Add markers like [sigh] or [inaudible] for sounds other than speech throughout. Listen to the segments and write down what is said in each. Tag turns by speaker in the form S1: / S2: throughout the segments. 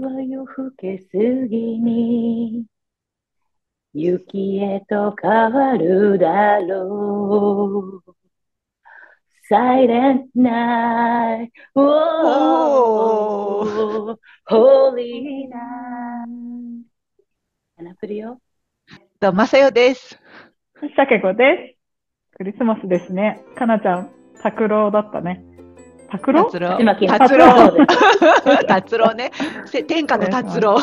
S1: 更けすぎに雪へと変わるだろう。サイレントナイト、ホーリーナイト。アナプリよ。
S2: と、まさよです。
S3: シャケ子です。クリスマスですね。かなちゃん、拓郎だったね。拓郎
S2: 達郎
S1: ち。まき
S2: 達
S1: そ
S2: 郎。
S1: うです
S2: [laughs] 達郎ね。せ天下の達郎。
S1: う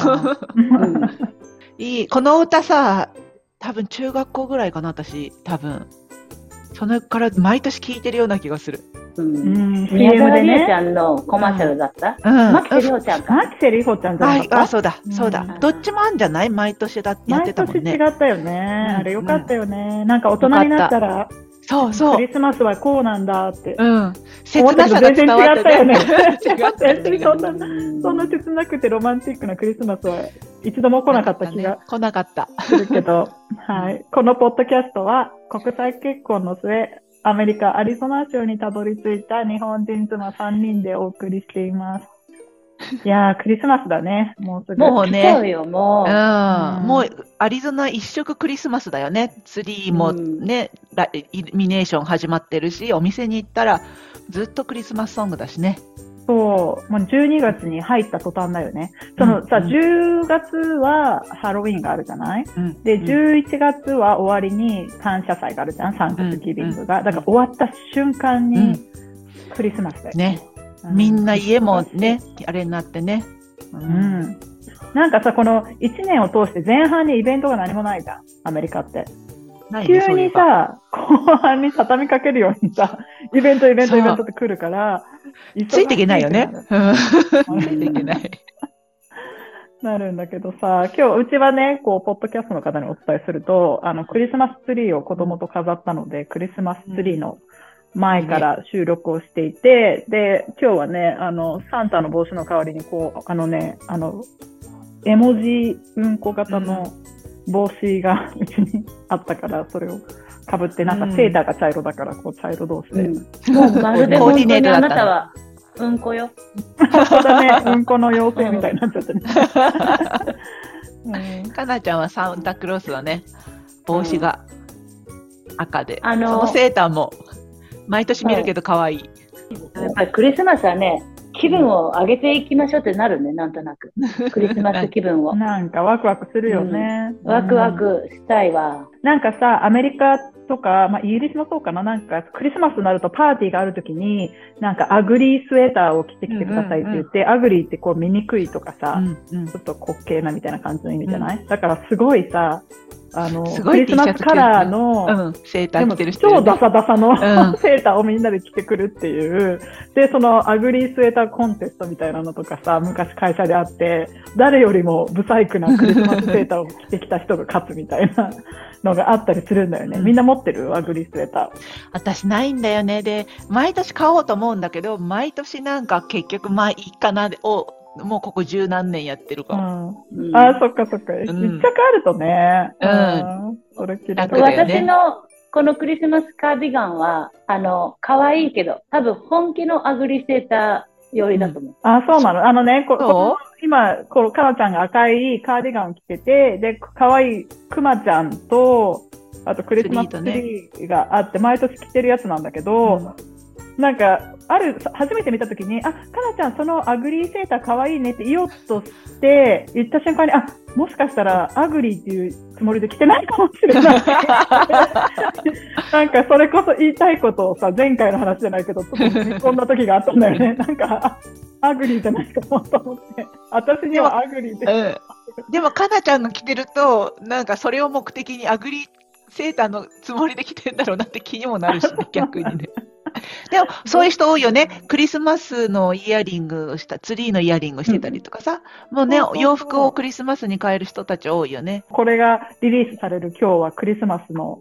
S1: ん
S2: いい。この歌さ、多分中学校ぐらいかな、私。多分。それから毎年聴いてるような気がする。
S1: うん
S3: うん、
S1: 宮
S3: CM
S1: 沢
S3: で
S1: りえち
S3: ね。
S1: ゃんのコマーシャルだった
S2: うん。
S1: 牧瀬りょうちゃんか。
S3: マキセリホちゃんじ
S2: あ
S3: ゃ
S2: あ、
S3: なかった
S2: そうだ
S3: う、ん
S2: そうだ。どっちもあんじゃない毎年だやって
S3: 毎
S2: た
S3: 年
S2: もん
S3: 違
S2: ね。
S3: ったよね。あれよかったよね。なんか大人になったら、
S2: そうそ
S3: ク
S2: う。
S3: リスマスはこうなんだって。
S2: うん。切なさが伝わって
S3: 思ってたの全
S2: 違
S3: 然違
S2: っ
S3: った
S2: [laughs] た違
S3: よね
S2: った
S3: [laughs] そんなそんな切なくてロマンチックなクリスマスは一度も来なかった気が
S2: ね来なかった。
S3: するけど、はい。このポッドキャストは、国際結婚の末、アメリカ・アリゾナ州にたどり着いた日本人妻3人でお送りして
S2: [laughs]
S3: います。いやー、クリスマスだね。もうすぐ。
S2: もう
S1: 来ちゃう
S2: ね。
S1: よ、もう。
S2: うん、
S3: うん
S2: もうアリゾナ一色クリスマスだよね、ツリーもね、ライルミネーション始まってるし、お店に行ったらずっとクリスマスソングだしね。
S3: そう、もう12月に入った途端だよね。そのさ、
S2: うん
S3: 10月はハロウィーンがあるじゃない
S2: うん、
S3: で、
S2: うん
S3: 11月は終わりに感謝祭があるじゃんサンクスギビングが。だから終わった瞬
S2: う
S3: 間に
S2: ん
S3: クリスマスだよ
S2: ね、
S3: う
S2: みんな家もね、あれになってね。う
S3: う。んなんかさ、この1年を通して前半にイベントが何もないじゃん、アメリカって。
S2: ないね
S3: 急
S2: そういえ
S3: に
S2: ば
S3: さ、後半に畳みかけるようにさ、イベント、イベン
S2: そ
S3: ト、
S2: う
S3: イベントって来るから、
S2: ついていけないよね。うん
S3: 忙し
S2: つ
S3: く
S2: いていけない。
S3: なるんだけどさ、今日うちはね、こう、ポッドキャストの方にお伝えすると、あの、クリスマスツリーを子供と飾ったので、クリスマスツリーの前から収録をしていて、で、今日はね、あの、サンタの帽子の代わりに、こう、あのね、あの、絵文字うんこ型の帽子が [laughs] うちにあったから、それをかぶって、なん
S2: うん
S3: かセーターが茶色だから、こう、茶色同士
S1: う
S3: で。
S1: んもうまるで
S2: コー
S1: 本
S2: デ
S1: 当に
S2: ィネートだ
S1: あな
S2: ったの
S1: たは、うんこよ。
S3: 本当だね、うんこの妖精みたいになっちゃってね。う
S2: [laughs]
S3: ん
S2: かなちゃんはサンタクロースだね。帽子が赤で。
S1: あの
S2: そのセーターも、毎年見るけど可愛い。
S1: やっぱりクリスマスはね、気分を上げていきましょうってなるね、なんとなく。クリスマス気分を。
S3: なんかワクワクするよね。
S1: ワクワ
S3: うん。
S1: クしたいわ。
S3: なんかさ、アメリカとか、まあ、イギリスもそうかな、なんかクリスマスになるとパーティーがあるときに、なんかアグリースウェーターを着てきてくださいって言って、アグリーってこう醜いとかさ、
S2: うんうん
S3: ちょっと滑稽なみたいな感じの意味じゃない、だからすごいさ、あの、
S2: すご
S3: ク
S2: い
S3: リス
S2: T シ
S3: マ
S2: ャツ
S3: ス
S2: 着て
S3: カ
S2: る
S3: ラーの、
S2: うん、セーター着てる人い
S3: 超
S2: るね、
S3: ダサダサの、
S2: うん
S3: [laughs] セーターをみんなで着てくるっていう。で、そのアグリースウェーターコンテストみたいなのとかさ、昔会社であって、誰よりもブサイクなクリスマスセーターを着てきた人が勝つみたいなのがあったりするんだよね。
S2: うん
S3: みんな持ってるアグリースウェーター。
S2: 私ないんだよね。で、毎年買おうと思うんだけど、毎年なんか結局、まあいいかなで、を、もうここ十何年やってるから。
S3: う
S1: うん
S3: ん、あー、そっかそっか。一着
S2: ん
S3: あるとね。
S2: うん
S3: ん。それ着る
S2: 楽
S3: と
S2: だよね
S1: 私のこのクリスマスカーディガンは、あの、可愛いけど、多分本気のアグリセーター寄りだと思う。
S3: あー、そうなの。あのね、こ
S2: そう
S3: こ [laughs] の今、こう、かなちゃんが赤いカーディガンを着てて、で、かわいいくまちゃんと、あとクリスマスツリーがあって、毎年着てるやつなんだけど、なんか、ある、さ初めて見たときに、あ、かなちゃん、そのアグリーセーターかわいいねって言おうとして、言った瞬間に、あ、もしかしたらアグリーっていうつもりで着てないかもしれ [laughs] ない。なんかそれこそ言いたいことをさ、前回の話じゃないけど、ちょっと踏み込んだ時があったんだよ [laughs] ね。なんか、あアグリーじゃないかもと思って。私にはアグリーで。
S2: うん。でも、かなちゃんの着てると、なんかそれを目的にアグリセーターのつもりで着てんだろうなって気にもなるし、
S3: [laughs]
S2: ね、逆にね。でも、そういう人多いよね。クリスマスのイヤリングをした、ツリーのイヤリングをしてたりとかさ。もうね
S3: そうそうそう
S2: 洋服をクリスマスに変える人たち多いよね。
S3: これがリリースされる今日はクリスマスの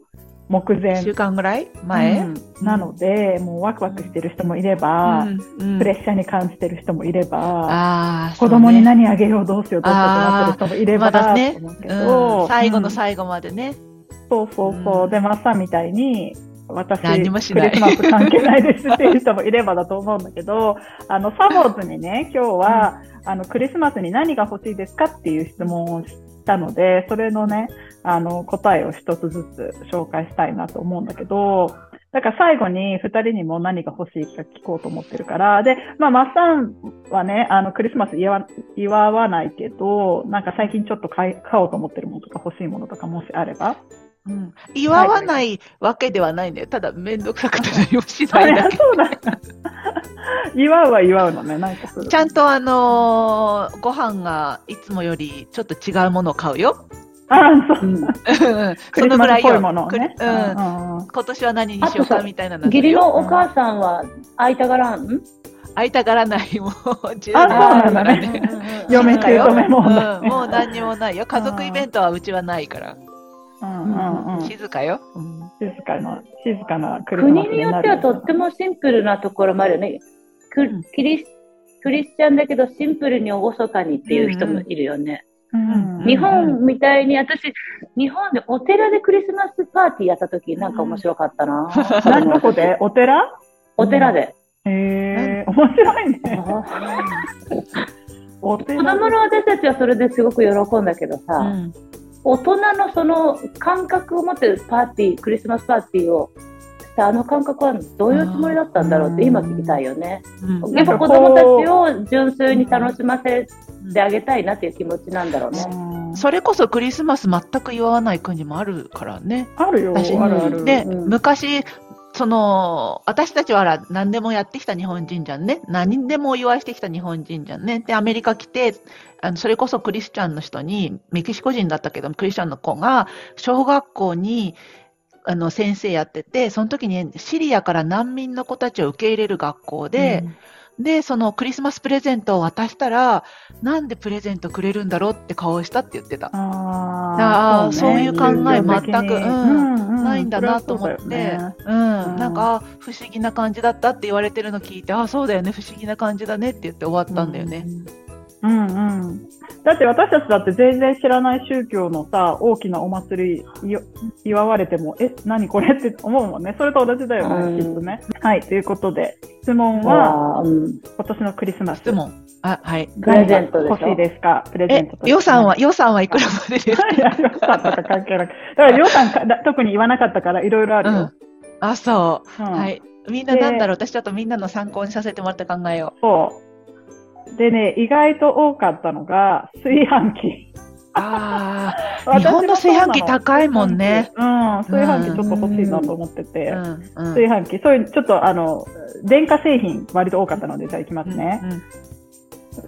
S3: 目前
S2: 1週間ぐらい前、
S3: うんなので、もうワクワクしてる人もいれば、
S2: うん
S3: プレッシャーに感じてる人もいれば、
S2: ああ、
S3: 子供に何あげようどうしようどうしようってなってる人もいれば、
S2: あーまだね
S3: と思うけ
S2: そうね、
S3: ど
S2: うん最後
S3: う
S2: の
S3: ん
S2: 最後までね。
S3: そうそうそう。
S2: うん
S3: で、マッサンみたいに、私、
S2: 何もしない
S3: クリスマス関係ないですっていう人もいればだと思うんだけ
S2: [laughs]
S3: ど、あの、サボーズにね、今日は、あの、クリスマスに何が欲しいですかっていう質問をしたので、それのね、あの、答えを一つずつ紹介したいなと思うんだけど、だから最後に二人にも何が欲しいか聞こうと思ってるから、で、まあ、マッサンはね、あの、クリスマス祝わ祝わないけど、なんか最近ちょっと買い買おうと思ってるものとか欲しいものとかもしあれば。
S2: うん、祝わないわけではないんだよ。ただ、めんどくさくて何もしないだ
S3: あ
S2: け。
S3: [laughs] そうだ。祝うは祝うのね、なんかする。
S2: ちゃんとあのーご飯がいつもよりちょっと違うものを買うよ。
S3: あ、そう。
S1: うん
S2: うん
S3: [laughs] ク
S2: そ
S3: リ
S2: の
S3: ス
S2: ぐ
S3: マス
S2: ら
S3: っ
S2: い
S3: ぽ
S2: よ。
S3: いものをね。
S2: くるうん
S3: んうん
S2: 今年は何にしよう
S1: あと
S2: か
S1: さ
S2: みたいなのだよ。
S1: 義理のお母さんは会いたがらん、
S2: 会いたがらない、もう10年
S3: あそうなん
S2: か
S3: だ
S2: ら
S3: ね
S2: [laughs] ね。
S3: 嫁
S2: だよ
S3: 姑問題
S2: うんもう何にもないよ。家族イベントはうちはないから。
S3: うんうんうん。静
S2: 静かよ。
S3: かな、静かなクリスマ
S1: 国
S3: ス
S1: に
S3: に
S1: よ
S3: な
S1: って
S3: る
S1: はとってもシンプルなところもあるよね。ク
S2: うん
S1: キリスクリスチャンだけどシンプルに厳かにっていう人もいるよね。
S3: うん
S1: 日本みたいに私、日本でお寺でクリスマスパーティーやった時なんか面白かったな。
S3: 何どこでお寺
S1: お寺で。
S3: へえ、面白いね。お
S1: 子
S3: 寺
S1: 供の私たちはそれですごく喜んだけどさ、
S2: うん
S1: 大人のその感覚を持ってるパーティー、クリスマスパーティーをしたあの感覚はどういうつもりだったんだろうって今聞きたいよね。
S2: うん
S1: やっぱ子供たちを純粋に楽しませてあげたいなっていう気持ちなんだろうね。
S3: うん
S2: それこそクリスマス全く祝わない国もあるからね。
S3: あるよ、
S2: 私
S3: あるある。
S2: で、
S1: うん
S2: 昔、その、私たちはあら何でもやってきた日本人じゃんね。何でもお祝いしてきた日本人じゃんね。で、アメリカ来て、あのそれこそクリスチャンの人に、メキシコ人だったけど、クリスチャンの子が、小学校に、あの、先生やってて、その時にシリアから難民の子たちを受け入れる学校で、で、そのクリスマスプレゼントを渡したら、なんでプレゼントくれるんだろうって顔をしたって言ってた。
S3: あ
S2: あ
S3: あ、
S2: ー
S3: ね
S2: そういう考え全く
S3: 宗教的に
S2: うん
S3: うう
S2: ないんだなと思っ
S3: そりゃ
S2: て、
S3: そうだよね
S2: うん、なんか、あ不思議な感じだったって言われてるの聞いて、あ、そうだよね、不思議な感じだねって言って終わったんだよね。
S3: うんうん。だって私たちだって全然知らない宗教のさ、大きなお祭りい祝われても、え、何これって思うもんね。それと同じだよね、
S1: うん
S3: きっとね。はい、ということで、質問は、
S1: わあうん
S3: 今年のクリスマス。
S2: 質問。あ、はい。
S1: プレゼントでし
S3: 何が欲しい
S1: ょ。
S3: ですかプレゼ
S2: え
S3: ント、として
S2: 予算
S3: [laughs]
S2: は、予算はいくらまでですか
S3: いや予算とか関係なく。だから予算かだ特に言わなかったからいろいろあ
S2: う
S3: るよ
S2: ん。。あ、そうう。
S3: ん
S2: はい。みんななんだろう、私ちょっとみんなの参考にさせてもらって考えよう。
S3: そう。でね、意外と多かったのが、炊飯器。
S2: ああ、日本の炊飯器高いもんね。
S3: 私もそうなの。うん、炊飯器ちょっと欲しいなと思ってて。
S2: うん、うん。
S3: 炊飯器、そういう、ちょっとあの、電化製品、割と多かったので、じゃあいきます
S2: うん
S3: ね。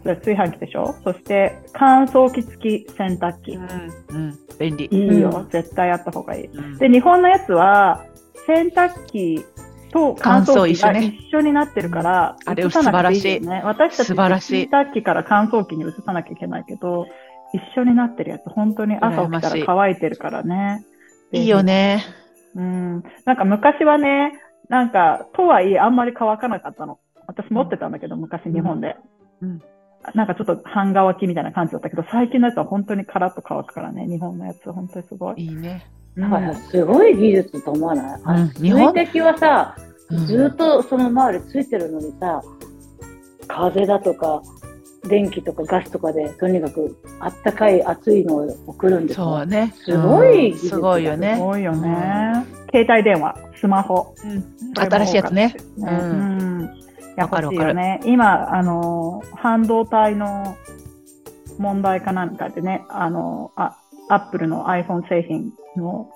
S3: じゃあ炊飯器でしょそして、乾燥機付き洗濯機。
S2: うん、うん、便利。
S3: いいよ、絶対あった方がいい。で、日本のやつは、洗濯機と乾燥機
S2: 乾燥一緒
S3: が
S2: ね
S3: 一緒になってるから、
S2: あれ
S3: 移さなくていいよね私たち、
S2: 素晴らしい
S3: 洗濯機から乾燥機に移さなきゃいけないけど、一緒になってるやつ、本当に朝起きたら乾いてるからね。
S2: いいよね。
S3: うん。なんか昔はね、なんか、とはいえあんまり乾かなかったの。私持ってたんだけど、昔日本で。
S2: うん
S3: なんかちょっと半乾きみたいな感じだったけど、最近のやつは本当にカラッと乾くからね、日本のやつは本当にすごい。
S2: いいね。
S1: だからすごい技術と思わない、
S2: うん日本
S1: 水滴はさ、
S2: うん
S1: ずっとその周りついてるのにさ、風だとか、電気とかガスとかで、とにかくあったかい、暑いのを送るんです
S2: そう
S1: よ。
S2: ね。
S1: すごい技
S2: うん
S1: 術
S2: すごいよ
S3: す
S2: ね。
S3: ごいよね。携帯電話、スマホ。
S2: 新しいやつね。
S3: ね
S2: う
S3: うん。いや
S2: わかる
S3: 欲しいよね。今、あの、半導体の問題かなんかでね、あの、あアップルの iPhone 製品の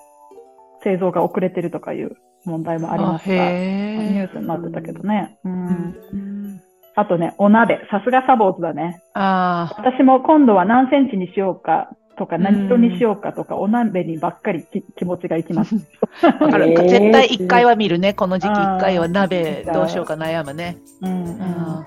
S3: 製造が遅れてるとかいう問題もありました。ニ
S2: へ
S3: ュースになってたけどね。うん。
S2: ー
S3: あとね、お鍋。さすがサボーズだね。
S2: ああ、
S3: 私も今度は何センチにしようかとか、
S2: うん
S3: 何人にしようかとか、お鍋にばっかりき気持ちがいきます。 [laughs]
S2: わかる
S1: へー
S2: 絶対一回は見るね。この時期一回は鍋どうしようか悩むね。
S3: うんうん。
S2: う
S3: だ
S2: ん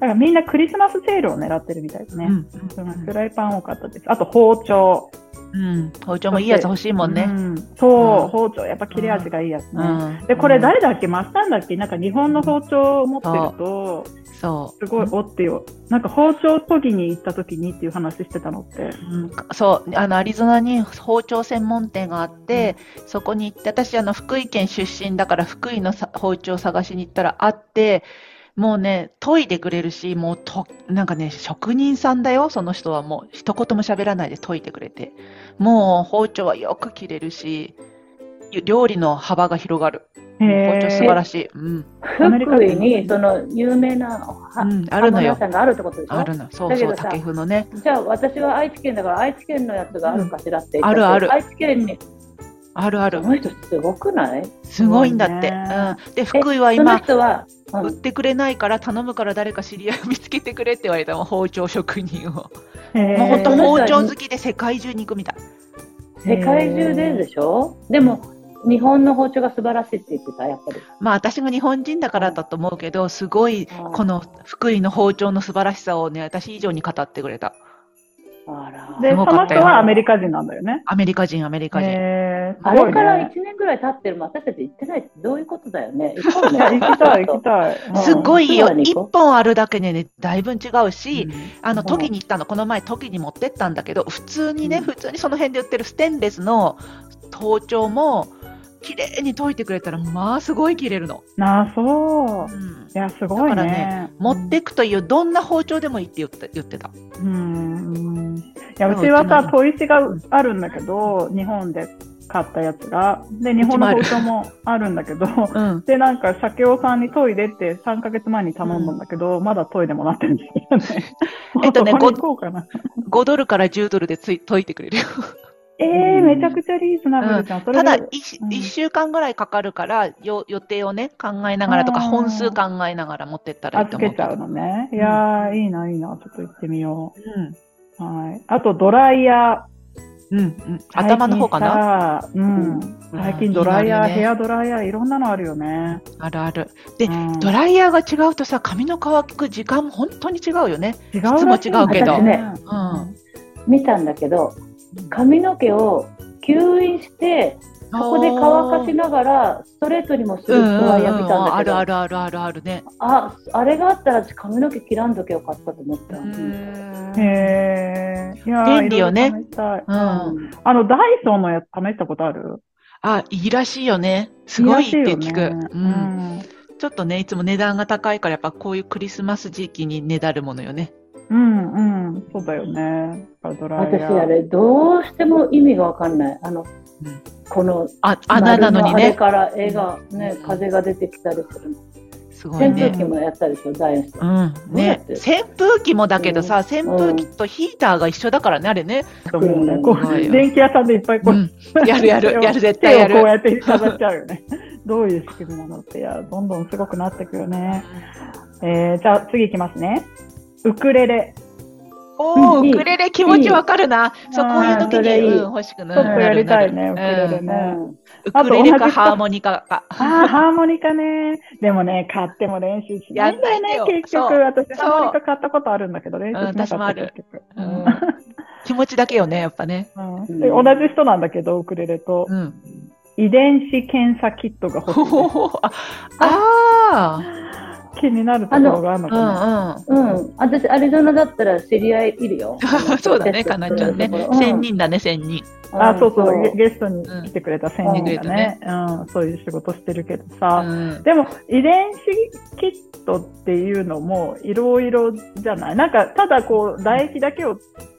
S3: からみんなクリスマスセールを狙ってるみたいですね。
S2: うん
S3: うんフライパン多かったです。あと包丁。
S2: うん。包丁もいいやつ欲しいもん
S3: う
S2: ね。
S3: んそう、
S2: うん
S3: 包丁。やっぱ切れ味がいいやつ
S2: う
S3: ね。
S2: ん
S3: で、これ誰だっけマスタンだっけなんか日本の包丁を持ってると、
S2: そ
S3: すごい、おってよ。なんか包丁研ぎに行った時にっていう話してたのって。
S2: う、うんそう、あの、アリゾナに包丁専門店があって、そこに行って、私、あの、福井県出身だから、福井のさ包丁探しに行ったらあって、もうね、研いでくれるし、もうと、なんかね、職人さんだよ、その人はもう、一言も喋らないで研いでくれて。もう、包丁はよく切れるし、料理の幅が広がる。包丁素晴ら
S3: しい。
S2: しい。うん。
S3: アメリカ
S1: 福井にその有名な
S2: う
S1: は
S2: ん、あるの
S1: 屋
S2: よ。
S1: さんがあるってことでしょ
S2: あるの。そう
S1: だけ
S2: そう、
S1: どさ
S2: 竹風のね。
S1: じゃあ私は愛知県だから愛知県のやつがあるかしらって言った
S2: うんあるある
S1: 愛知県に
S2: あるあ
S1: こ
S2: る。
S1: の人すごくない
S2: すごいんだって。
S3: そ
S2: う
S3: うね
S2: ん。で、福井は
S1: その
S2: 今、
S1: 人は、うん
S2: 売ってくれないから頼むから誰か知り合いを見つけてくれって言われたもん、包丁職人を。も
S3: へ
S2: う
S3: ー
S2: 本当
S1: ほんと
S2: 包丁好きで世界中に行くみたい。
S1: 世界中ででしょでも日本の包丁が素晴らしいって言ってたやっぱり
S2: まあ私が日本人だからだと思うけど、すごい、この福井の包丁の素晴らしさをね、私以上に語ってくれた。
S1: あら
S2: す
S3: で、そ
S2: ごか
S3: の
S2: った
S3: 人
S2: よ
S3: はアメリカ人なんだよね。
S2: アメリカ人、アメリカ人。
S3: へー
S1: あれから1
S3: す
S1: 年ぐらい経ってるもん私たち行ってないってどういうことだよね行こう
S3: ごいね
S1: ね
S3: 行きたい、行きたい。
S1: ー
S2: すごいよ
S1: う。ん
S2: 一本あるだけでね、だいぶん違うし、
S3: うん
S2: あの、
S1: うん
S2: 時に行ったの、この前、時に持ってったんだけど、普通にね、
S1: うん
S2: 普通にその辺で売ってるステンレスの包丁も、綺麗に研いてくれたら、まあ、すごい切れるの。
S3: なあ、そう
S2: う。ん
S3: いや、すごい
S2: だから
S3: ね。
S2: 持ってくという、どんな包丁でもいいって言って言ってた。
S3: うん。うんいや、うちはさ、砥石があるんだけど、日本で買ったやつが。で、日本の包丁もあるんだけど、 [laughs]
S2: うん。。
S3: で、なんか、鮭をさんに研いでって3ヶ月前に頼んだんだけど、まだ研いでもらってるんですよね
S2: えっと
S3: [laughs]
S2: ね
S3: もうそこに行こうかな。
S2: 5ドルから10ドルでつい研いてくれるよ。
S3: え
S1: う
S3: ー、
S1: ん
S3: めちゃくちゃリーズナブルじゃん。それ
S2: ただ
S3: で
S2: 1、一
S3: うん
S2: 一週間ぐらいかかるから、よ予定をね、考えながらとか、
S3: あー
S2: 本数考えながら持ってったらいいと
S3: 預
S2: 思う
S3: けち
S2: け
S3: ゃ
S2: ど。う
S3: うのね。いやー、いいな、いいな。ちょっと行ってみよ
S2: ん。
S3: う。はい。あと、ドライヤー。
S2: うん。うん。頭の方かな
S3: なうん。最近ドライヤー、
S2: うん
S3: ヘアドライヤー、いろんなのあるよね。
S2: あるある。で、
S3: うん
S2: ドライヤーが違うとさ、髪の乾く時間も本当に違うよね。
S3: 違う
S2: 質も
S3: らしい
S2: 違うけど
S3: 私ね
S2: うん。
S1: 見たんだけど髪の毛を吸引してそこで乾かしながらストレートにもす
S2: う
S1: る
S2: ん
S1: 人
S2: うんうん
S1: はやめたんだ
S2: あ
S1: けど、
S2: るあるあるあるあるね。
S1: ああれがあったら私髪の毛切らんときよかったと思った、
S3: へーいやー
S2: 便利よね
S3: いろいろ試したい
S2: うん。
S1: うん
S3: あの、ダイソーのやつ試したことある
S2: あ、いいらしいよね。すごいって聞く。
S3: らしよね
S2: うん。
S3: うん
S2: ちょっとね、いつも値段が高いから、やっぱこういうクリスマス時期にねだるものよね。
S3: うんうん、そうだよね。だからドライ
S1: 私
S3: ヤー。
S1: あれどうしても意味がわかんないあの、
S2: うん
S1: この
S2: あ、穴なのに
S1: 丸あれ
S2: ね。
S1: から絵がね
S2: うん
S1: 風が出てきたりする
S2: すごい
S1: 扇
S2: ね
S1: 風。機もやったでしょダイエンス
S2: うん。ね。
S1: どうやっ
S2: 扇風機もだけどさ、扇風機とヒーターが一緒だからね、あれね。
S3: と思うね。こ、
S2: すごいうよ
S3: 電気屋さんでいっぱいこ
S2: う
S3: う、
S2: ん。やるやる、やる、絶対
S3: 手
S2: や
S3: をこう
S2: る。
S3: やって飾っちゃうよね。 [laughs] どういう仕組みなのって、いや、どんどんすごくなってくよね。えー、じゃあ次いきますね。ウクレレ。
S2: お
S1: う
S2: お、
S1: んい
S2: ウ
S1: い
S2: クレレ気持ちわかるな。そう、
S3: あー
S2: こういう時
S1: そ
S2: に
S1: れいい
S2: うん欲しく
S3: ち
S2: な
S3: ょっと
S2: る。
S3: やりたい
S2: な
S3: ね、
S2: る
S3: ウ
S2: な
S3: ク
S2: る
S3: レレ
S1: う
S3: ね。
S1: ん
S2: ウクレレ
S3: あと同
S2: か
S3: じ
S2: ハーモニカか。
S3: ああ、ハーモニカね。でもね、買っても練習しないんだ
S2: や
S3: よ
S2: んないんだよ
S3: ね、結局。
S2: そう
S3: 私、
S2: そう
S3: ハーモニカ買ったことあるんだけど、練習しな
S2: うん私も
S3: か
S2: あ
S3: った、
S2: る
S3: 結
S2: う
S3: 局。うん
S2: ん気持ちだけよね、やっぱね。
S3: うんで同じ人なんだけど、ウクレレと。
S2: うん。
S3: 遺伝子検査キットが欲しい
S2: ほほほああ
S3: 気になるところがある
S2: ー、
S3: の
S2: う
S3: かな。
S2: んうん。。
S1: うん、私、アリゾナだったら知り合いいるよ
S2: [laughs] そうだね、かなちゃんね。千人だね、千人。
S3: あそうそうう、
S1: ん
S3: ゲゲストに来てくれた千人がね、うん、そういう仕事してるけど
S2: う
S3: さ、
S2: ん。
S3: でも遺伝子キットっていうのもいろいろじゃないなんかただこう唾液だけを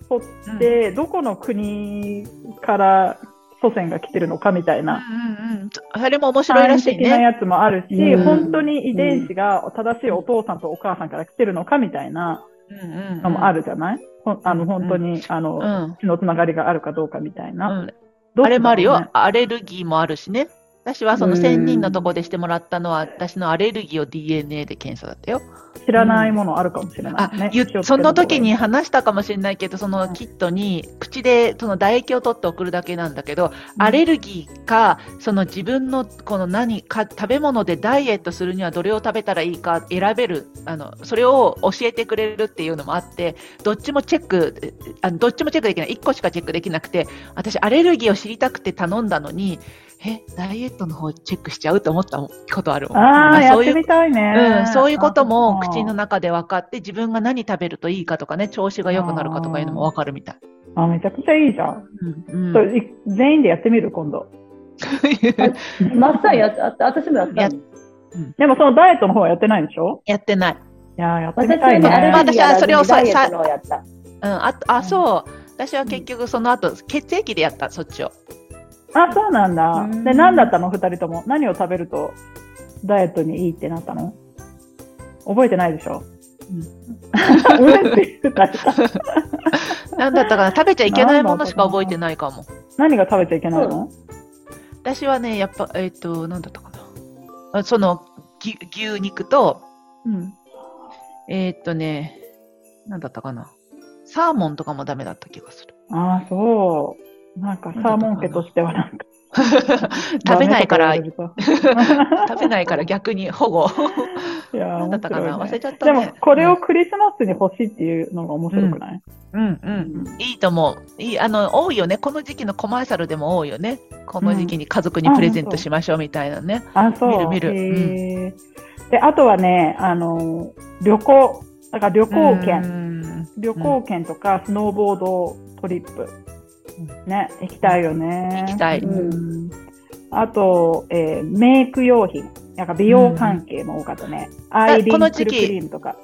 S3: 取って、どこの国から祖先が来てるのかみたいな、
S2: うんうんうん。あれも面白い
S3: 簡
S2: ら
S3: 易
S2: しい
S3: 的な
S2: ね。
S3: やつもあるし、
S1: うん
S3: 本当に遺伝子が正しいお父さんとお母さんから来てるのかみたいな
S2: うんうんうん
S3: のもあるじゃない、ほんあの本当に、あ
S2: う
S3: の
S2: ん。
S3: 血のつながりがあるかどうかみたいうな。
S2: ん。
S3: どっ
S2: あ
S3: ちだろうね
S2: れもあるよ。アレルギーもあるしね。私はその
S1: うん
S2: 千人のとこでしてもらったのは、私のアレルギーを DNA で検査だったよ。
S3: 知らないものあるかもしれな
S2: あ
S3: いね。
S2: ゆ
S3: 気をつけ
S2: そ
S3: るところ
S2: の時に話したかもしれないけど、そのキットに口でその唾液を取って送るだけなんだけど、アレルギーか、その自分のこの何か食べ物でダイエットするにはどれを食べたらいいか選べる、あのそれを教えてくれるっていうのもあって、どっちもチェック、えあのどっちもチェックできない、1個しかチェックできなくて、私、アレルギーを知りたくて頼んだのに、え、ダイエットの方チェックしちゃうと思ったことあるもん。
S3: ああ、
S2: ま
S3: や
S2: そう
S3: っ
S2: い
S3: て
S2: う
S3: みたいね。
S2: うん、そういうことも
S3: あー
S2: 口の中で分かって、自分が何食べるといいかとかね、調子が良くなるかとかいうのも分かるみたい。
S3: あ、めちゃくちゃいいじゃん。
S2: うん、
S3: そうれい全員でやってみる、今度。
S1: マッサージやっあ私もやった
S2: や
S1: の。
S3: でもそのダイエットの方はやってないんでしょ
S2: [laughs] やってない。
S3: いやー、やってみ
S1: 私
S3: た
S1: で
S3: い
S1: も
S3: ね。
S1: アレ
S2: まあ
S1: ルギ
S2: 私
S1: ー
S2: は
S1: が
S2: それをさ
S1: ダイエットのをやった。
S2: うん、あとあ、そう。私は結局その後、血液でやった、そっ [laughs] ちを。
S3: あ、そうなんだ。
S1: うん
S3: で、何だったの二人とも。何を食べるとダイエットにいいってなったの覚えてないでしょ
S2: うん
S3: うん [laughs] って言うから
S2: 何だったかな食べちゃいけないものしか覚えてないかも。
S3: 何が食べちゃいけないの
S2: 私はね、やっぱ、えっ、と、何だったかなあその、ぎ牛肉と、
S3: うん。
S2: えーっとね、何だったかなサーモンとかもダメだった気が [laughs] する。
S3: ああ、そう。なんかサーモン家としてはなんか。
S2: 食べないから、
S3: ダメ
S2: 食
S3: とか
S2: べないから逆に保護。
S3: 言われ
S2: 何だ
S3: ると。いやー、面
S2: ったかな、
S3: 白い
S2: 忘れ
S3: ね。
S2: ちゃった
S3: で
S2: ね。
S3: も、これをクリスマスに欲しいっていうのが面白くない
S2: うんうん。いいと思う。いい、あの、多いよね。この時期のコマーシャルでも多いよね。この時期に家族にプレゼントしましょうみたいなね。
S3: あ、そう。
S2: 見る見る
S3: へーで、あとはね、あの、旅行、だから旅行券。
S2: 券。
S3: 旅行券とか、スノーボードトリップ、ね、行きたいよね。
S2: 行きたい
S3: うんあと、えーメイク用品、なんか美容関係も多かったね。アイリ
S2: こ
S3: ン
S2: の
S3: ク
S2: 時
S3: ルク
S2: 期
S3: リームとか、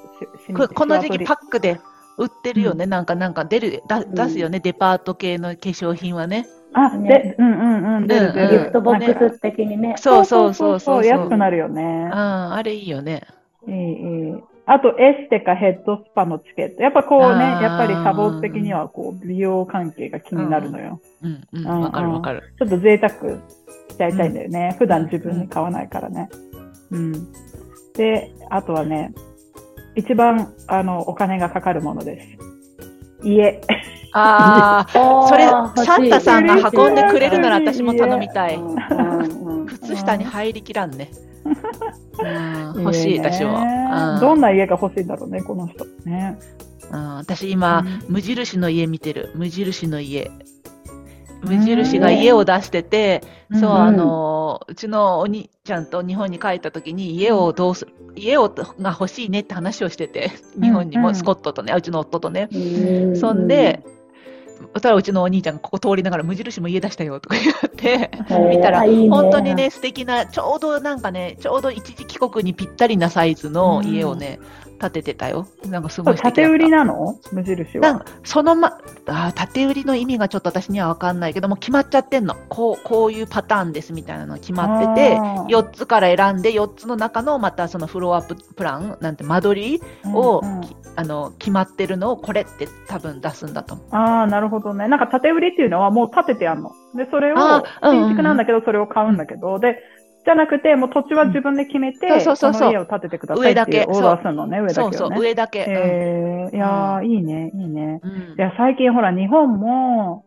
S3: し
S2: ここの時期パ
S3: ッ
S2: ックで売ってるよね。なんか、なんか出る、だ出すよね。デパート系の化粧品はね。
S3: あ、で
S1: ね、
S3: うんうんうん、出る出
S2: うん
S3: る
S1: ギフトボックス的にね。
S2: そうそうそうそうそう。
S3: 安くなるよね。
S2: うん、あれいいよね。
S3: いいいいあと、エステかヘッドスパのチケット。やっぱこうね、
S2: あー
S3: やっぱりサボ的にはこう美容関係が気になるのよ。
S2: うん、うん、
S3: うん
S2: わかるわかる。
S3: ちょっと贅沢しちゃいたいんだよね。普段自分に買わないからね。うん。で、あとはね、一番、あの、お金がかかるものです。家。
S2: ああ、
S1: そ
S2: それ、サンタさんが運んでくれるなら
S3: 嬉し
S2: 私
S3: い
S2: も頼みたい。
S1: ん
S2: 靴下に入りきらん [laughs] ね。うん、 [laughs] 欲しい、
S3: ね
S2: 私も。うん
S3: どんな家が欲しいんだろうね、この人。ね。
S2: うん、私今、
S3: うん
S2: 無印の家見てる。無印の家。無印が家を出してて、そう、
S1: ん
S2: あのー、うちのお兄ちゃんと日本に帰った時に家をどうする、家をが欲しいねって話をしてて、日本に
S3: う
S2: も
S3: ん
S2: スコットとね、うちの夫とね。
S1: うん
S2: そんで、そしたらうちのお兄ちゃんがここ通りながら無印も家出したよとか言って、見たら、
S1: いいね
S2: 本当にね、素敵な、ちょうどなんかね、ちょうど一時帰国にぴったりなサイズの家をね、建ててたよ。なんかすご
S3: こ
S2: い
S3: れ
S2: 素敵だった。
S3: 縦売りなの無印
S2: な
S3: は
S2: ん。かそのま、あー縦売りの意味がちょっと私には分かんないけども、決まっちゃってんの。こう、こういうパターンですみたいなの決まってて、
S3: あー
S2: 4つから選んで、4つの中のまたそのフロアププラン、なんて間取りを、
S3: うんうん
S2: きあの、決まってるのをこれって多分出すんだと思う。
S3: ああ、なるほどね。なんか縦売りっていうのはもう建ててあるの。で、それを、
S2: あーうんうん
S3: 新築なんだけど、それを買うんだけど、で、じゃなくて、もう土地は自分で決めて、
S2: うんそうそうそうそう
S3: この家を建ててくださいっていうオーダーするのね、上だけ
S2: そ
S3: を
S2: う
S3: ね。
S2: そう、上だけ。
S3: えー、いやー、いいね、いいね。
S2: うんうん
S3: いや、最近ほら、日本も、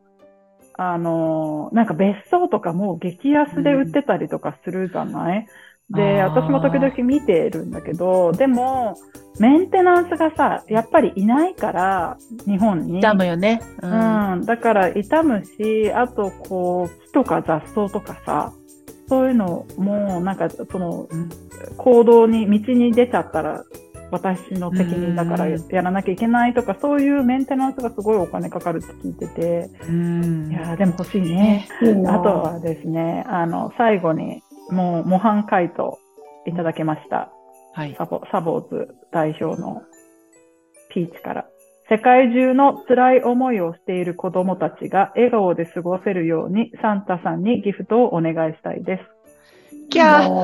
S3: あのーなんか別荘とかもう激安で売ってたりとかするじゃない、
S2: うん
S3: で、
S2: あー
S3: 私も時々見てるんだけど、でも、メンテナンスがさ、やっぱりいないから、日本に。
S2: ダムよね。うん。
S3: うん、だから傷むし、あとこう木とか雑草とかさ、そういうのもなんかその
S2: うん
S3: 行動に道に出ちゃったら私の責任だから
S2: うん
S3: やらなきゃいけないとか、そういうメンテナンスがすごいお金かかるって聞いてて、
S2: うん
S3: いやーでも欲しいね
S2: ね。
S1: いいな
S3: あとはですね、あの最後にもう模範解答いただきました。
S2: はい。
S3: サボサボーズ代表のピーチから。世界中の辛い思いをしている子供たちが笑顔で過ごせるようにサンタさんにギフトをお願いしたいです。
S2: キャー
S1: も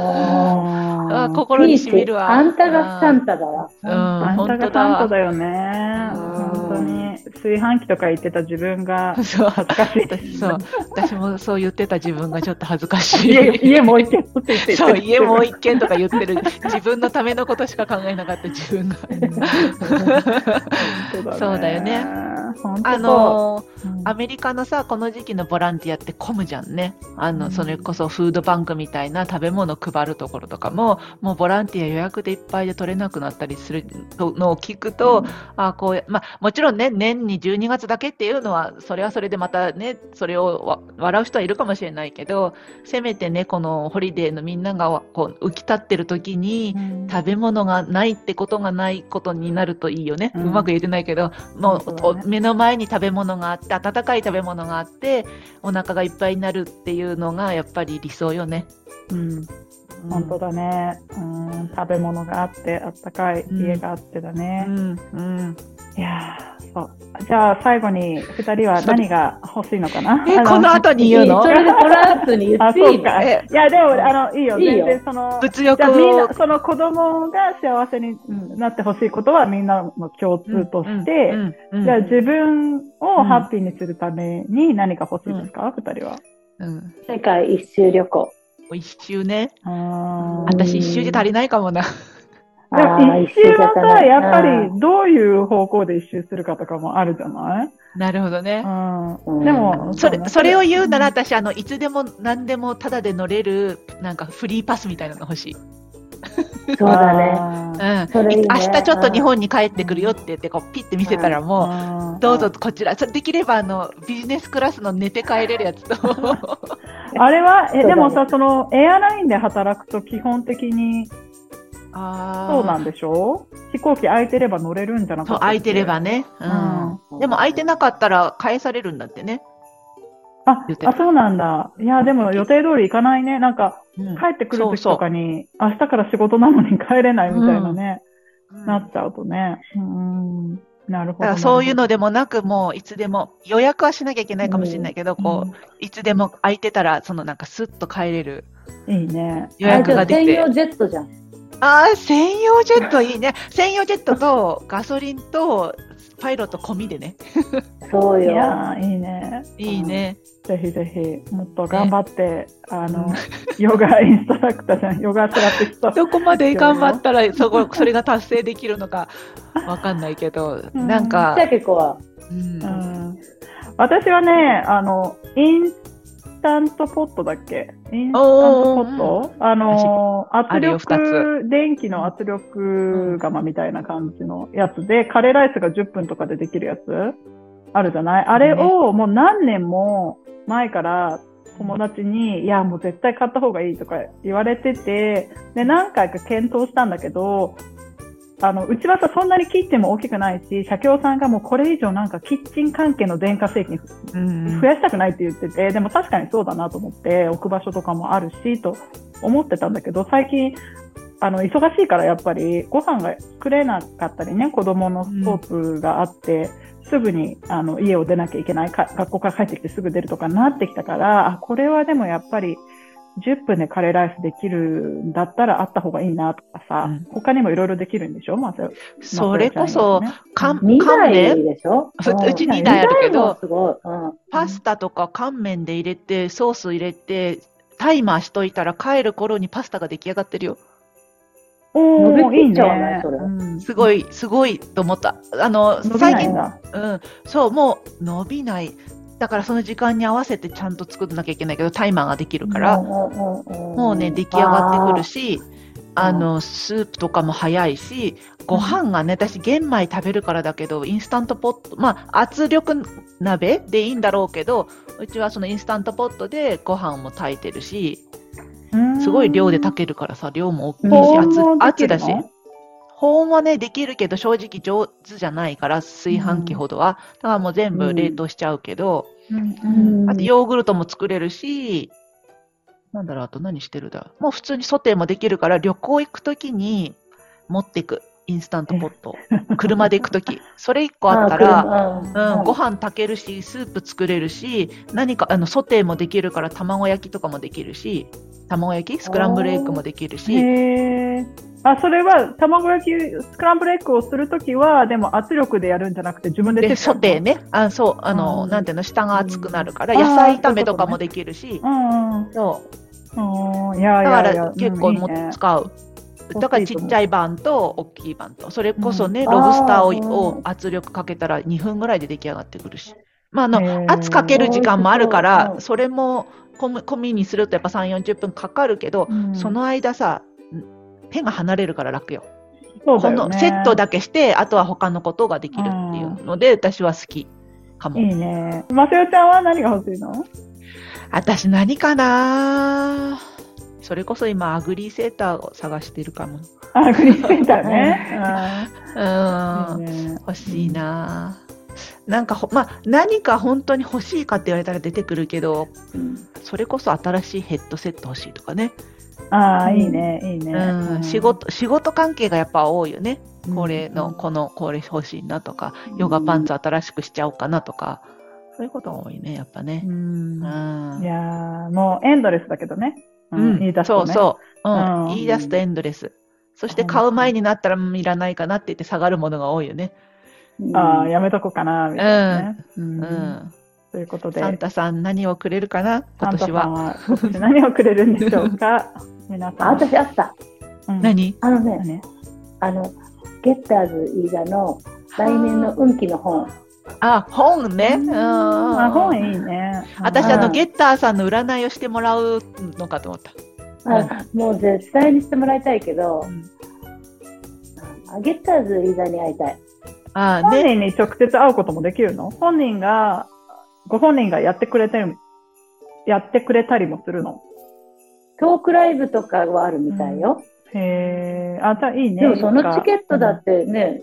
S2: あ
S3: あ
S2: ー
S3: こ
S1: う
S2: 心にしみるわ。
S1: あんたがサンタだわ。
S2: うん、
S3: あんた
S2: 本当
S3: がサンタ
S2: だ。
S3: だよね。
S1: うん
S3: 本当に炊飯器とか言ってた自分が
S2: そう、
S3: 恥ずかし
S2: 私
S3: い。
S2: そう私もそう言ってた自分がちょっと恥ずかし
S3: 家
S2: い。
S3: 家もう一軒って言って
S2: そう、家もう一軒とか言ってる。自分のためのことしか考えなかった自分が。
S3: そう
S2: そうだよね。
S3: 本当
S2: あ
S3: そう
S2: のー
S3: うん
S2: アメリカのさ、この時期のボランティアって混むじゃんね。あの、
S3: うん
S2: それこそフードバンクみたいな食べ物配るところとかも、もうボランティア予約でいっぱいで取れなくなったりするのを聞くと、あこうや、まあ、もちろんね、年に12月だけっていうのは、それはそれでまたね、それをわ笑う人はいるかもしれないけど、せめてね、このホリデーのみんながわこう浮き立ってる時に、
S3: うん
S2: 食べ物がないってことがないことになるといいよね、
S3: う
S2: うんまく言えてないけどもう
S3: そうだね
S2: お目の前に食べ物があって温かい食べ物があってお腹がいっぱいになるっていうのがやっぱり理想よね。
S3: うん
S2: うん
S3: 本当だね、うん、食べ物があってあったかい家があってだね、
S2: うんうん、
S3: いやーそうじゃあ最後に2人は何が欲しいのかな
S2: え
S3: あの
S2: この後に言うの
S1: それでトランプに言
S3: あ
S1: ってい
S3: そ
S1: いうの
S3: かい
S2: え
S3: やでもあのいいよ
S1: いいよ
S3: 全然そ
S2: 物
S3: のじゃあみん
S2: 欲を
S3: なその子供が幸せになってほしいことはみんなの共通として、
S2: うんうんうん
S3: じゃあ自分をハッピーにするために何か欲しいですか、二人は。
S2: うん
S1: 世界一周旅行。
S2: 一周ね
S3: あー
S2: 私一周じゃ足りないかもな。
S3: でも
S1: あー
S3: 一
S1: 一周
S3: 周は
S1: じゃ
S3: さ、
S1: ない
S3: やっぱりどういう方向で一周するかとかもあるじゃない、
S2: [laughs] なるほどね。
S3: う、
S1: うんん
S3: でも、
S2: それそれを言うなら
S3: ん
S2: 私あのいつでも何でもタダで乗れるなんかフリーパスみたいなの欲しい。
S1: そうだね。
S3: ね。
S2: うん
S1: それいいね
S2: 明日ちょっと日本に帰ってくるよって言ってこうピッて見せたらもう
S3: も
S2: どうぞこちらそれできればあのビジネスクラスの寝て帰れるやつと
S3: あれは、え、
S1: そうだね
S3: でもさ、そのエアラインで働くと基本的に
S2: [laughs] あ
S3: そうなん
S2: だ
S3: でしょ飛行機空いてれば乗れるんじゃなか
S2: そ
S3: った
S2: う空
S3: っけ
S2: いてればね、う
S3: うん
S2: んでも空いてなかったら返されるんだってね、
S3: あ
S2: 言って、た
S3: あ、そうなんだ。いや、でも予定通り行かないね。なんか、
S2: うん
S3: 帰ってくる
S2: そう
S3: 時
S2: そう
S3: とかに、明日から仕事なのに帰れないみたいなね、なっちゃうとね。うん、なる
S2: だ
S3: ほ
S2: か
S3: ど。
S2: らそういうのでもなくもういつでも予約はしなきゃいけないかもしれないけど、こういつでも空いてたらそのなんかスッと帰れる
S3: うん、いいね。
S2: 予約ができ
S1: あじゃあ専用ジェ
S2: て
S1: ットじゃん。
S2: ああ、専用ジェットいいね。 [laughs] 専用ジェットとガソリンとパイロット込みでね。
S1: そう
S3: い
S1: よ。
S3: やー、いいね。
S2: いいね。
S3: ぜひぜひ、もっと頑張って、あの、ヨガインストラクターじゃん、ヨガセラピスト。
S2: どこまで頑張ったらそこ、それが達成できるのかわかんないけど、
S3: うん
S2: なん
S1: じゃ
S2: か
S1: あ、結構は。
S2: うん
S3: う、ん、私はね、あの、インスタントポットだっけインスタントポットあの、
S2: [laughs] あ
S3: 圧
S2: るよ二
S3: 力、電気の圧力釜みたいな感じのやつで、カレーライスが10分とかでできるやつあるじゃないあれをもう何年も前から友達に、いや、もう絶対買った方がいいとか言われてて、で、何回か検討したんだけど、あの、うちはさ、そんなにキッチンも大きくないし、社協さんがもうこれ以上なんかキッチン関係の電化製品
S2: うん
S3: 増やしたくないって言ってて、でも確かにそうだなと思って、置く場所とかもあるし、と思ってたんだけど、最近、あの、忙しいからやっぱり、ご飯が作れなかったりね、子供のストープがあって、すぐにあの家を出なきゃいけないか、学校から帰ってきてすぐ出るとかなってきたから、あ、これはでもやっぱり、10分でカレーライスできるんだったらあった方がいいなとかさ、
S2: うん
S3: 他にもいろいろできるんでしょまず、
S2: それこそ、乾
S1: 2
S2: 乾
S1: 台
S2: 麺
S1: でしょ
S2: そうんうち二台あるけ
S1: 二
S2: ど
S1: 台もすごい。うん。
S2: パスタとか乾麺で入れて、ソース入れて、タイマーしといたら帰る頃にパスタが出来上がってるよ。
S3: お
S1: 伸
S3: ー、い
S1: び
S3: い
S1: きっちゃわない
S3: ね。
S1: それ
S3: うん
S2: すごい、すごいと思った。あの、
S3: 伸び
S2: 最
S3: ない
S2: 近
S3: ん、だ。
S2: うん、そう、もう伸びない。だからその時間に合わせてちゃんと作らなきゃいけないけど、タイマーができるから、も
S1: も
S2: うね、出来上がってくるし、あの、スープとかも早いし、ご飯がね、私玄米食べるからだけど、インスタントポット、まあ、圧力鍋でいいんだろうけど、うちはそのインスタントポットでご飯も炊いてるし、すごい量で炊けるからさ、量も大きいし、
S3: 保
S2: 圧
S3: 温もできるの
S2: 圧だし。保温はね、できるけど、正直上手じゃないから、炊飯器ほどは。だからもう全部冷凍しちゃうけど、
S3: うんう
S1: うんん。
S2: あとヨーグルトも作れるし、なんだろう、あと何してるだ。もう普通にソテーもできるから、旅行行くときに持ってく。インスタントポットを。車で行くとき。それ一個あったら、
S1: ら
S2: うん、ご飯炊けるし、スープ作れるし、何か、あの、ソテーもできるから、卵焼きとかもできるし、卵焼きスクランブルエッグもできるし、
S3: へーあそれは卵焼きスクランブルエッグをするときはでも圧力でやるんじゃなくて自分で手
S2: で、
S3: で
S2: ソテーね。あそう、あの、
S3: うん
S2: なんていうの、下が熱くなるから、
S3: うん
S2: 野
S3: あ
S2: 菜
S3: ーそ
S2: 炒
S3: ういうことね
S2: めとかもできるし、
S3: うんうん
S2: そう。
S3: うんいや
S2: だか
S3: いやいや
S2: ら、結構も
S3: うんいいね
S2: 使う。だからちっちゃい版と大きい版と、それこそね、
S3: うん
S2: ロブスターを
S3: あー
S2: を圧力かけたら2分ぐらいで出来上がってくるし。まあ、あ
S3: へー
S2: の、圧かける時間もあるか
S3: 美味し
S2: ら
S3: そ、う
S2: それも込み込みにするとやっぱ3、40分かかるけど、
S3: うん
S2: その間さ、手が離れるから楽よ。
S3: そう
S2: こ
S3: だよ
S2: の
S3: ね
S2: セットだけして、あとは他のことができるっていうので、私は好きかも。
S3: いいね。マセオちゃんは何が欲しいの
S2: 私何かなそれこそ今、アグリーセーターを探してるかも。
S3: あ、クリスペンターね。
S2: うーん。
S3: うんいいね
S2: 欲しいなぁ、なんかほ、まあ、何か本当に欲しいかって言われたら出てくるけど、それこそ新しいヘッドセット欲しいとかね。
S3: ああ、いいね、いいね。
S2: うん、仕事、仕事関係がやっぱ多いよね。これの、この、これ欲しいなとか、ヨガパンツ新しくしちゃおうかなとか、そういうことが多いね、やっぱね
S3: う。ん。
S2: う
S3: い
S2: ん。
S3: やーもうエンドレスだけどね。
S2: うん
S3: 言い出す
S2: そ
S3: と
S2: う
S3: ね。
S2: そう。うん。
S3: うん
S2: 言い出すとエンドレス。そして買う前になったらうんいらないかなって言って下がるものが多いよね。
S3: ああ、やめとこうかな、みたいなね。う
S2: うんん。
S3: ということで、
S2: サンタさん何をくれるかな今
S3: サンタ
S2: 年
S3: さん
S2: は。
S3: は今年何をくれるんでしょうか皆さ
S1: あ、
S3: ん。
S1: 私あった。
S3: うん、
S2: 何
S1: あのね、
S3: ね
S1: あの、ゲッターズ飯田の来年の運気の本。
S2: あ、本ね。うん。
S3: あ、
S2: あ
S3: 本いいね。
S2: 私、
S1: うん
S2: あの、ゲッターさんの占いをしてもらうのかと思った。
S1: あもう絶対にしてもらいたいけど、あゲッターズ飯田に会いたい。
S2: ああ、
S3: 本
S2: ね。
S3: 人に直接会うこともできるの本人が、ご本人がやってくれてる、やってくれたりもするの。
S1: トークライブとかはあるみたいよ。
S3: へえ、あ、じゃあいいね。
S1: でもそのチケットだ
S3: っ
S1: ってね、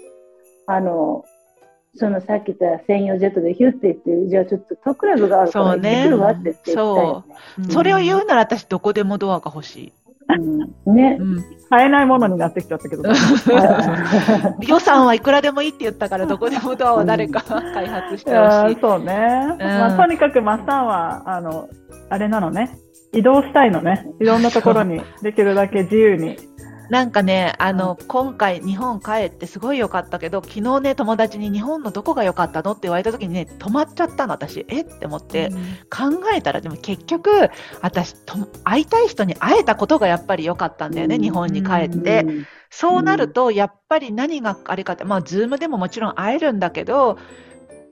S1: あの、そのさっき言った専用ジェットでヒュって言って、じゃあちょっとトークライブがあるから
S2: そう
S1: 行っ
S2: ね
S1: てくるわって言って行き
S3: うん
S2: それを言うなら私、どこでもドアが欲し
S1: たいよね。うんね
S2: い。う。ん。
S3: 買えないものになってきちゃったけど。
S1: は
S2: 予算はいくらでもいいって言ったから、どこでもドアを誰か [laughs] 開発し
S3: い
S2: て
S3: や
S2: ほし
S3: ーそうね。まあ、とにかくマッサンは、あの、あれなのね。移動したいのね。いろんなところに、できるだけ自由に。
S2: い。なんかね、あの、今回、日本帰ってすごい良かったけど、昨日ね、友達に日本のどこが良かったのって言われた時にね、止まっちゃったの、私。えって思って。考えたらでも結局私と会いたい人に会えたことがやっぱり良かったんだよね、
S1: うん
S2: 日本に帰
S1: い
S2: って、
S1: うん
S2: そうなるとやっぱり何があれかってまあズームでももちろん会えるんだけど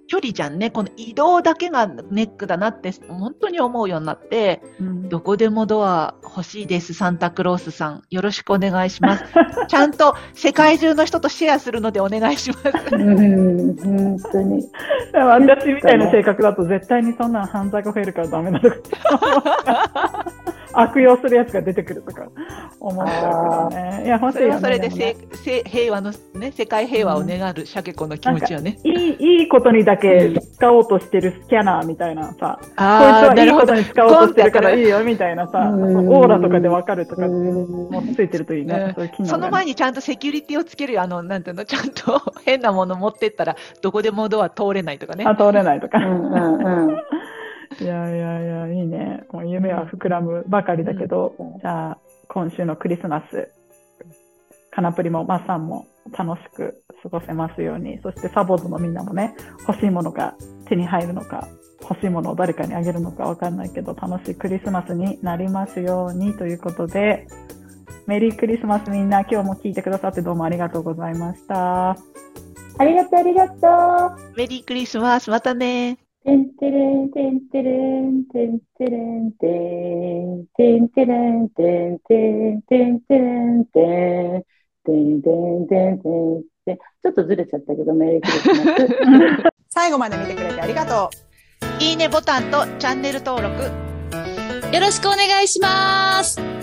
S2: 距離じゃんねこの移動だけがネックだなって本当に思うようになって
S3: うん
S2: どこでもドア欲しいですサンタクロースさんよろしくお願いしますちゃんと世界中の人とシェアするのでお願いします
S1: うん、本当に。
S3: でも私みたいな性格だと絶対にそんな犯罪が増えるからダメだとか悪用するやつが出てくるとか思っちゃうけどね。いや、本
S2: そ
S3: 当
S2: れ
S3: に、ね、
S2: はそれで
S3: もね
S2: せせ平和の、ね、世界平和を願うシャケ子の気持ちよね。
S3: いい、いいことにだけ使おうとしてるスキャナーみたいなさ、こいつ
S2: ああ、
S3: は
S2: ない
S3: い
S2: るほ
S3: こと
S2: ど。
S3: に使おうとしてるからいいよみたいなさ、
S1: うん
S3: オーラとかでわかるとか、も
S1: う
S3: うついてるといいね
S2: ね。
S3: そういう機能がね
S2: その前にちゃんとセキュリティをつけるよ、あの、なんていうの、ちゃんと [laughs] 変なもの持ってったら、どこでもドア通れないとか
S3: [laughs]
S2: ね。
S3: あ、通れないとか。
S1: んうんうん。
S3: いやいやいや、いいね。もう夢は膨らむばかりだけど、
S1: うん
S3: じゃあ、今週のクリスマス、カナプリもマッサンも楽しく過ごせますように、そしてサボーズのみんなもね、欲しいものが手に入るのか、欲しいものを誰かにあげるのかわかんないけど、楽しいクリスマスになりますようにということで、メリークリスマスみんな、今日も聞いてくださってどうもありがとうございました。
S1: ありがとう、ありがとう。
S2: メリークリスマス、またね
S1: てんてれん、てんてれん、てんてれん、てん、てんてれん、てんてん、てんてれん、てん、てんてんてんてんてん。ちょっとずれちゃったけど、メリークリスマス。
S4: 最後まで見てくれてありがとう。
S2: いいねボタンとチャンネル登録。
S5: よろしくお願いします。